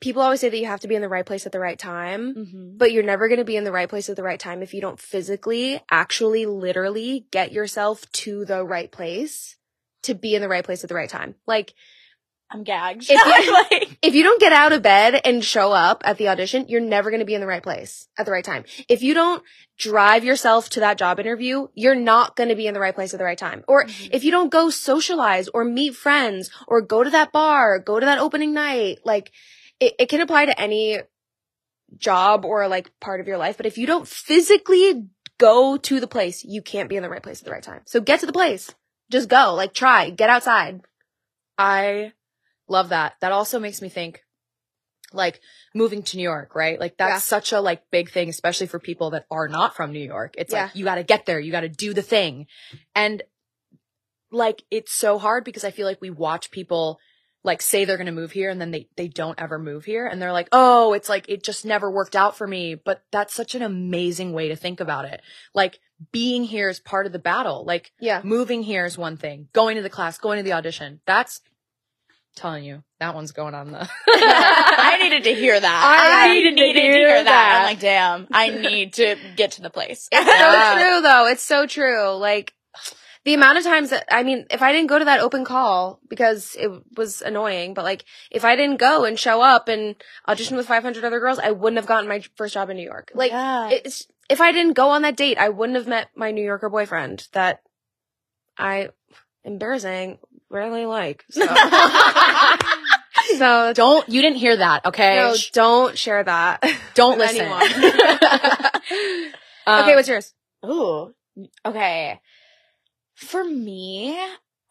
S4: people always say that you have to be in the right place at the right time,
S2: Mm-hmm.
S4: but you're never going to be in the right place at the right time if you don't physically, actually, literally get yourself to the right place to be in the right place at the right time. Like,
S2: I'm gagged.
S4: If
S2: like,
S4: if you don't get out of bed and show up at the audition, you're never going to be in the right place at the right time. If you don't drive yourself to that job interview, you're not going to be in the right place at the right time. Or if you don't go socialize or meet friends or go to that bar, go to that opening night, like it, it can apply to any job or like part of your life. But if you don't physically go to the place, you can't be in the right place at the right time. So get to the place. Just go, like try, get outside.
S1: I love that. That also makes me think like moving to New York, right? Like that's
S4: Yeah.
S1: such a like big thing especially for people that are not from New York. It's
S4: Yeah.
S1: like you got to get there, you got to do the thing. And like it's so hard because I feel like we watch people like say they're going to move here and then they they don't ever move here and they're like, "Oh, it's like it just never worked out for me." But that's such an amazing way to think about it. Like being here is part of the battle. Like
S4: Yeah.
S1: moving here is one thing going to the class going to the audition that's telling you that one's going on the
S2: I needed to hear that.
S1: I needed to hear that.
S2: I'm like, damn, I need to get to the place.
S4: It's
S1: Yeah.
S4: so true though. It's so true. Like the amount of times that I mean, if I didn't go to that open call because it was annoying, but like if I didn't go and show up and audition with 500 other girls, I wouldn't have gotten my first job in New York. Like
S2: yeah.
S4: it's if I didn't go on that date, I wouldn't have met my New Yorker boyfriend that I embarrassing rarely like. So, so
S1: don't you didn't hear that okay
S4: no,
S1: Shh,
S4: don't share that.
S1: don't
S4: with
S1: listen
S4: anyone.
S1: Um,
S4: okay, what's yours?
S2: Ooh. Okay. For me,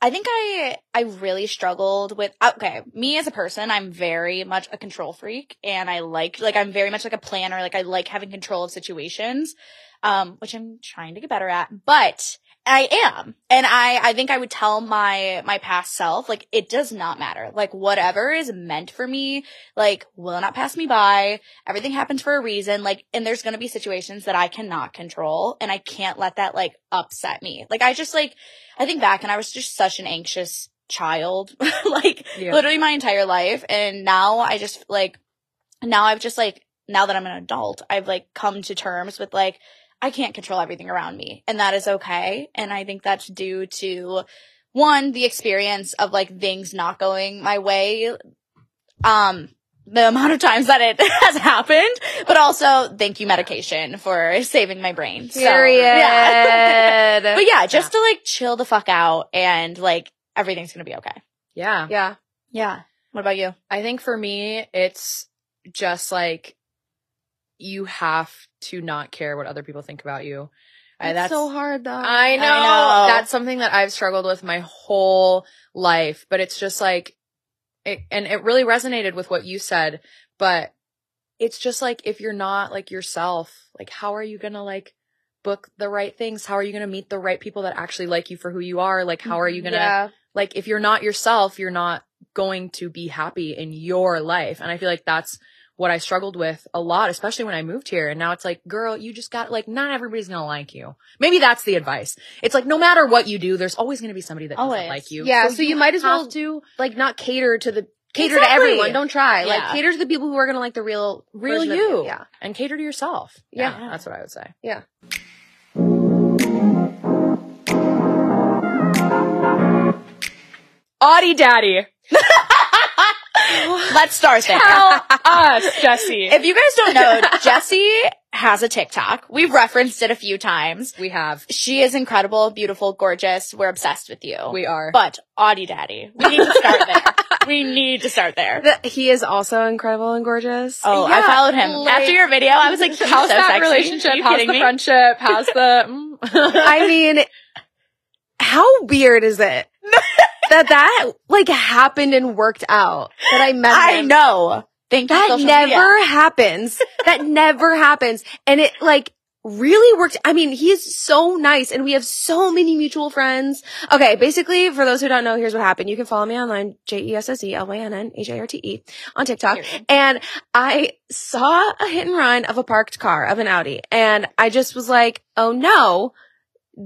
S2: I think I I really struggled with uh, okay, me as a person, I'm very much a control freak and I like like I'm very much like a planner, like I like having control of situations, um which I'm trying to get better at. But I am. And I, I think I would tell my, my past self, like, it does not matter. Like, whatever is meant for me, like, will not pass me by. Everything happens for a reason. Like, and there's going to be situations that I cannot control and I can't let that, like, upset me. Like, I just, like, I think back and I was just such an anxious child, like,
S1: Yeah.
S2: literally my entire life. And now I just, like, now I've just, like, now that I'm an adult, I've, like, come to terms with, like, I can't control everything around me, and that is okay. And I think that's due to one, the experience of like things not going my way, um, the amount of times that it has happened, but also thank you medication for saving my brain. So,
S4: Period.
S2: yeah. but yeah, just
S1: Yeah.
S2: to like chill the fuck out and like everything's gonna be okay.
S1: Yeah.
S4: yeah.
S2: Yeah. What about you?
S1: I think for me, it's just like you have to not care what other people think about you. And that's
S4: so hard though.
S1: I know.
S2: know.
S1: That's something that I've struggled with my whole life, but it's just like it, and it really resonated with what you said, but it's just like if you're not like yourself, like how are you going to like book the right things? How are you going to meet the right people that actually like you for who you are? Like how are you going to
S2: Yeah.
S1: like if you're not yourself you're not going to be happy in your life and i feel like that's what i struggled with a lot especially when i moved here and now it's like girl you just got like not everybody's gonna like you maybe that's the advice it's like no matter what you do there's always gonna be somebody that
S2: Always.
S1: doesn't like you
S4: Yeah, so you might as well
S1: have to
S4: like not cater to the cater to
S1: Exactly.
S4: everyone. Don't try.
S2: Yeah.
S4: Like cater to the people who are gonna like the real
S1: Real
S4: version of
S1: you.
S4: Yeah.
S1: and cater to yourself
S4: Yeah.
S1: that's what i would say
S4: Yeah.
S1: audie daddy
S2: Let's start there.
S1: us jesse
S2: if you guys don't know, Jessie has a TikTok. We've referenced it a few times.
S1: we have
S2: She is incredible, beautiful, gorgeous. We're obsessed with you.
S1: we are
S2: but Audie Daddy, we need to start there. we need to start there.
S4: The, he is also incredible and gorgeous.
S2: Oh, I
S1: Yeah,
S2: followed him
S1: like-
S2: after your video. I was like, he's
S1: how's
S2: so
S1: that
S2: sexy.
S1: relationship
S2: Are you
S1: how's
S2: kidding
S1: the
S2: me?
S1: friendship how's the mm?
S4: I mean, how weird is it that that like happened and worked out that I met
S2: I
S4: him?
S2: know. Thank you.
S4: That
S2: social
S4: never
S2: media.
S4: happens. That never happens. And it like really worked. I mean, he is so nice and we have so many mutual friends. Okay. Basically, for those who don't know, here's what happened. You can follow me online, E J-E-S-S-E-L-Y-N-N-H-A-R-T-E E, on TikTok.
S2: Period.
S4: And I saw a hit and run of a parked car of an Audi and I just was like, Oh no.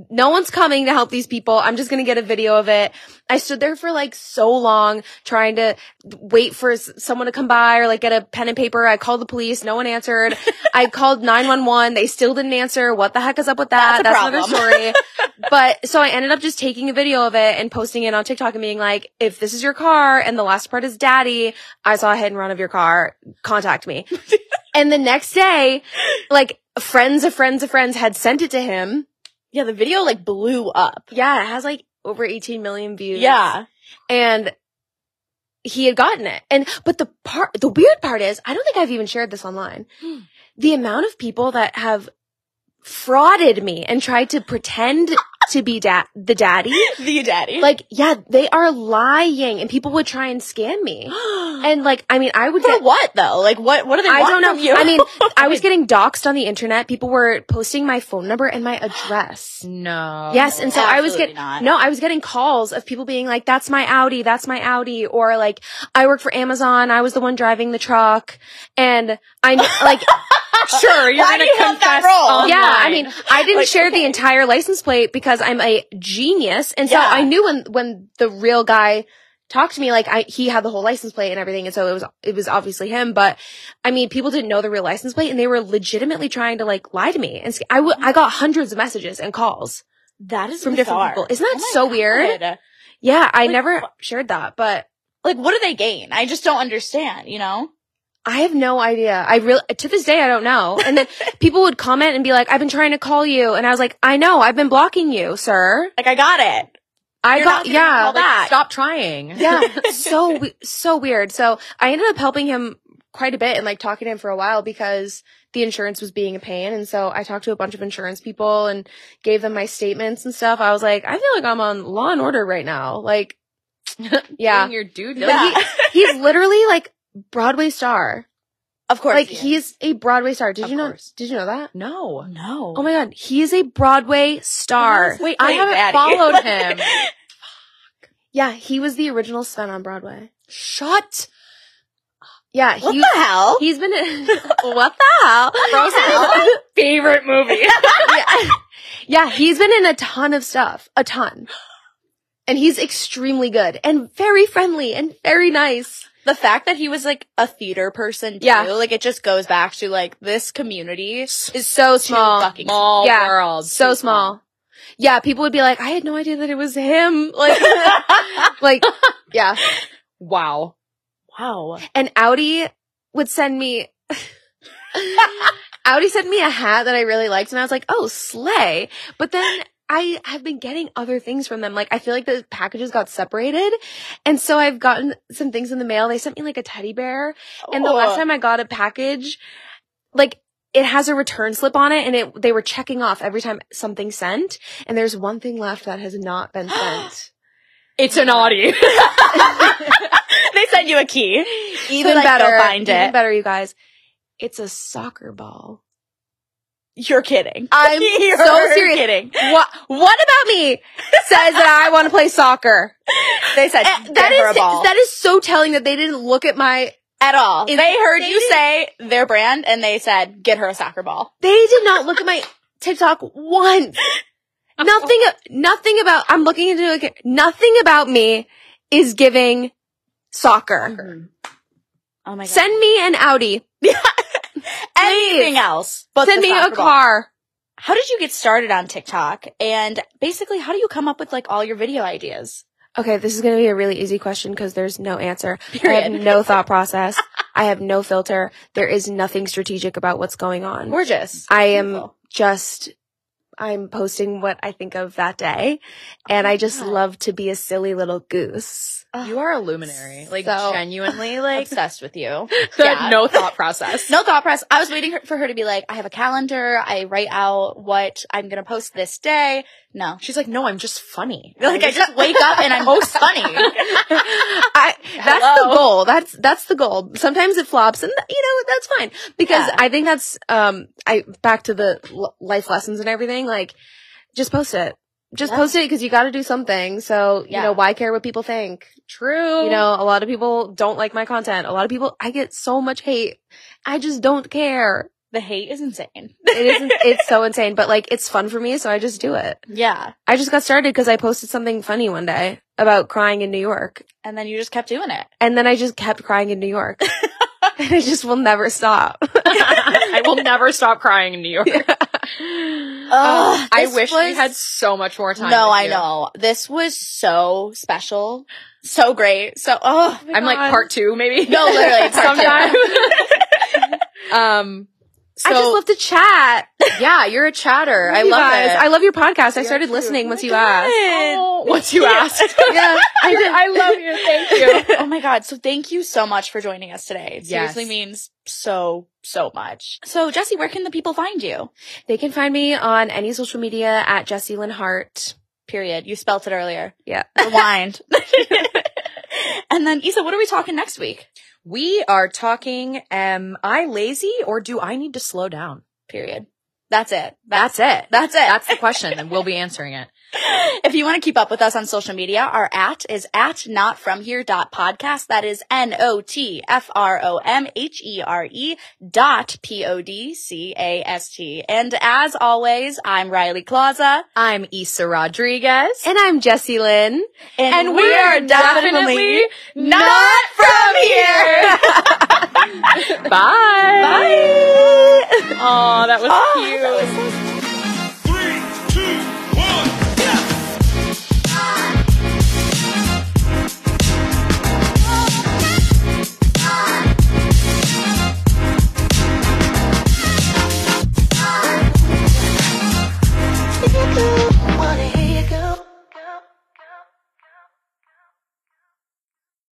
S4: No one's coming to help these people. I'm just going to get a video of it. I stood there for like so long trying to wait for s- someone to come by or like get a pen and paper. I called the police. No one answered. I called 911. They still didn't answer. What the heck is up with that?
S2: That's a
S4: another story. but so I ended up just taking a video of it and posting it on TikTok and being like, if this is your car and the last part is daddy, I saw a hit and run of your car. Contact me. and the next day, like friends of friends of friends had sent it to him.
S2: Yeah, the video like blew up.
S4: Yeah. It has like over 18 million views
S2: Yeah.
S4: and he had gotten it. And but the part the weird part is I don't think I've even shared this online.
S2: Hmm.
S4: the amount of people that have frauded me and tried to pretend to be da- the daddy.
S2: The daddy.
S4: Like, yeah, they are lying and people would try and scam me. And like, I mean, I would
S2: for
S4: get
S2: what though? Like what what do they
S4: I
S2: want
S4: don't know.
S2: from you?
S4: I mean, I was getting doxxed on the internet. People were posting my phone number and my address.
S1: no
S4: Yes, and so I was
S2: Absolutely
S4: getting
S2: not.
S4: no, I was getting calls of people being like, "That's my Audi, that's my Audi," or like, "I work for Amazon, I was the one driving the truck," and I kn- like,
S1: sure you're
S2: Why
S1: gonna
S2: do you have
S1: confess
S2: that role?
S1: online.
S4: yeah, I mean, I didn't
S2: Like,
S4: share
S2: okay.
S4: the entire license plate because I'm a genius, and so
S2: Yeah.
S4: I knew when when the real guy talked to me, like, I he had the whole license plate and everything, and so it was it was obviously him, but I mean, people didn't know the real license plate, and they were legitimately trying to like lie to me, and sc- I w- I got hundreds of messages and calls.
S2: that is
S4: from different
S2: bizarre.
S4: people. Isn't that
S2: Oh my
S4: so weird?
S2: God.
S4: Yeah, I
S2: Like,
S4: never
S2: wha-
S4: shared that, but
S2: Like what do they gain? I just don't understand, you know?
S4: I have no idea. I really, to this day, I don't know. And then people would comment and be like, I've been trying to call you. And I was like, I know, I've been blocking you, sir.
S2: Like I got it.
S4: I
S2: You're not
S4: got,
S2: getting
S4: yeah.
S2: called
S4: like,
S2: back.
S1: stop trying
S4: yeah. So, we- so weird. So I ended up helping him quite a bit and like talking to him for a while because the insurance was being a pain. And so I talked to a bunch of insurance people and gave them my statements and stuff. I was like, I feel like I'm on law and order right now. Like, yeah.
S1: Doing your due
S2: Yeah.
S1: diligence.
S4: He's literally like Broadway star.
S2: Of course.
S4: Like
S2: he is.
S4: he's a Broadway star. Did
S1: Of
S4: you know?
S1: course.
S4: Did you know that?
S1: No.
S2: no.
S4: Oh my god, he is a Broadway star.
S1: Wait,
S4: I
S1: wait,
S4: haven't
S2: Daddy.
S4: followed him. yeah, he was the original Sven on Broadway.
S1: Shut.
S4: Yeah,
S2: What
S4: he,
S2: the hell?
S4: he's been in, what the hell?
S2: Frozen.
S1: Favorite movie.
S4: yeah. yeah, he's been in a ton of stuff, a ton. And he's extremely good and very friendly and very nice.
S2: the fact that he was like a theater person too,
S4: Yeah.
S2: like it just goes back to like this community is
S4: Is so
S2: too
S4: small.
S2: fucking
S1: Small
S4: Yeah.
S1: world.
S4: So small. Yeah, people would be like, I had no idea that it was him. Like, like, yeah.
S1: Wow. Wow.
S4: And Audi would send me. Audi sent me a hat that I really liked, and I was like, "Oh, slay!" But then I have been getting other things from them. Like I feel like the packages got separated, and so I've gotten some things in the mail. They sent me like a teddy bear, and
S2: Oh.
S4: the last time I got a package, like it has a return slip on it, and it they were checking off every time something sent, and there's one thing left that has not been sent.
S1: It's an Audi.
S2: they send you a key. Even
S4: even
S2: better.
S4: better,
S2: Go find
S4: even
S2: it.
S4: better, you guys. It's a soccer ball.
S2: You're kidding.
S4: I'm
S2: You're
S4: so serious.
S2: Kidding.
S4: What what about me says that I want to play soccer?
S2: They said
S4: Eh,
S2: give
S4: That
S2: her a
S4: is
S2: ball.
S4: that is so telling that they didn't look at my.
S2: at all.
S4: It's-
S2: they heard
S4: they
S2: you
S4: did-
S2: say their brand and they said, get her a soccer ball.
S4: They did not look at my TikTok once. Nothing. Nothing about. I'm looking into it. Nothing about me is giving soccer.
S2: Oh my god.
S4: Send me an Audi.
S2: anything else. But
S4: Send
S2: the
S4: me a
S2: soccer ball.
S4: car.
S2: How did you get started on TikTok? And basically, how do you come up with like all your video ideas?
S4: Okay, this is going to be a really easy question because there's no answer. I
S2: Period.
S4: have no thought process. I have no filter. There is nothing strategic about what's going on.
S2: Gorgeous.
S4: I am
S2: Beautiful.
S4: just I'm posting what I think of that day and
S2: Oh my
S4: I just
S2: God.
S4: love to be a silly little goose.
S1: You are a luminary. Like
S2: So-
S1: genuinely like
S2: obsessed with you.
S1: the
S2: Yeah.
S1: no thought process.
S2: No thought press. I was waiting for her to be like, I have a calendar. I write out what I'm going to post this day. No.
S1: She's like, no, I'm just funny.
S2: Like I just wake up and I'm most funny.
S4: I, that's
S2: Hello.
S4: the goal. That's that's the goal. Sometimes it flops and th- you know that's fine because
S2: Yeah.
S4: I think that's um I back to the l- life lessons and everything like just post it. Just
S2: Yeah.
S4: post it because you got to do something. So,
S2: Yeah.
S4: you know, why care what people think?
S1: True.
S4: You know, a lot of people don't like my content. A lot of people, I get so much hate. I just don't care.
S2: The hate is insane.
S4: It is. It's so insane, but like it's fun for me, so I just do it.
S2: Yeah.
S4: I just got started because I posted something funny one day about crying in New York,
S2: And then you just kept doing it.
S4: and then I just kept crying in New York. and it just will never stop.
S1: I will never stop crying in New York. Oh,
S2: Ugh,
S1: I
S2: this
S1: wish we
S2: was-
S1: had so much more time.
S2: No,
S1: with
S2: I
S1: you.
S2: know. This was so special. So great. So, oh.
S1: I'm like part two, maybe.
S2: No, literally, part two.
S1: sometime. um, so
S4: I just love to chat.
S1: yeah, you're a chatter. I
S4: You
S1: love
S4: guys.
S1: it.
S4: I love your podcast. I
S1: Yeah,
S4: started
S1: too.
S4: listening
S1: Oh
S4: once
S1: my
S4: you
S1: God.
S4: asked.
S1: Oh, once you asked,
S4: Yeah, I did.
S1: I love you. Thank you.
S2: oh my god so thank you so much for joining us today it seriously
S1: Yes.
S2: means so so much so jesse where can the people find you
S4: They can find me on any social media at Jessie Lynn Hart.
S2: period you spelt it earlier
S4: Yeah.
S2: rewind and then isa what are we talking next week
S1: We are talking. Am I lazy or do I need to slow down?
S2: period that's it
S1: That's it.
S2: that's it
S1: That's the question, and we'll be answering it.
S2: if you want to keep up with us on social media, our at is at notfromhere.podcast. That is N-O-T-F-R-O-M-H-E-R-E E dot P-O-D-C-A-S-T. And as always, I'm Riley Clausa.
S1: I'm Issa Rodriguez,
S4: And I'm Jessie Lynn.
S2: And,
S1: not from here. Bye.
S2: Bye.
S1: Oh, that was
S2: Oh,
S1: cute. Ah.
S2: that was so sweet.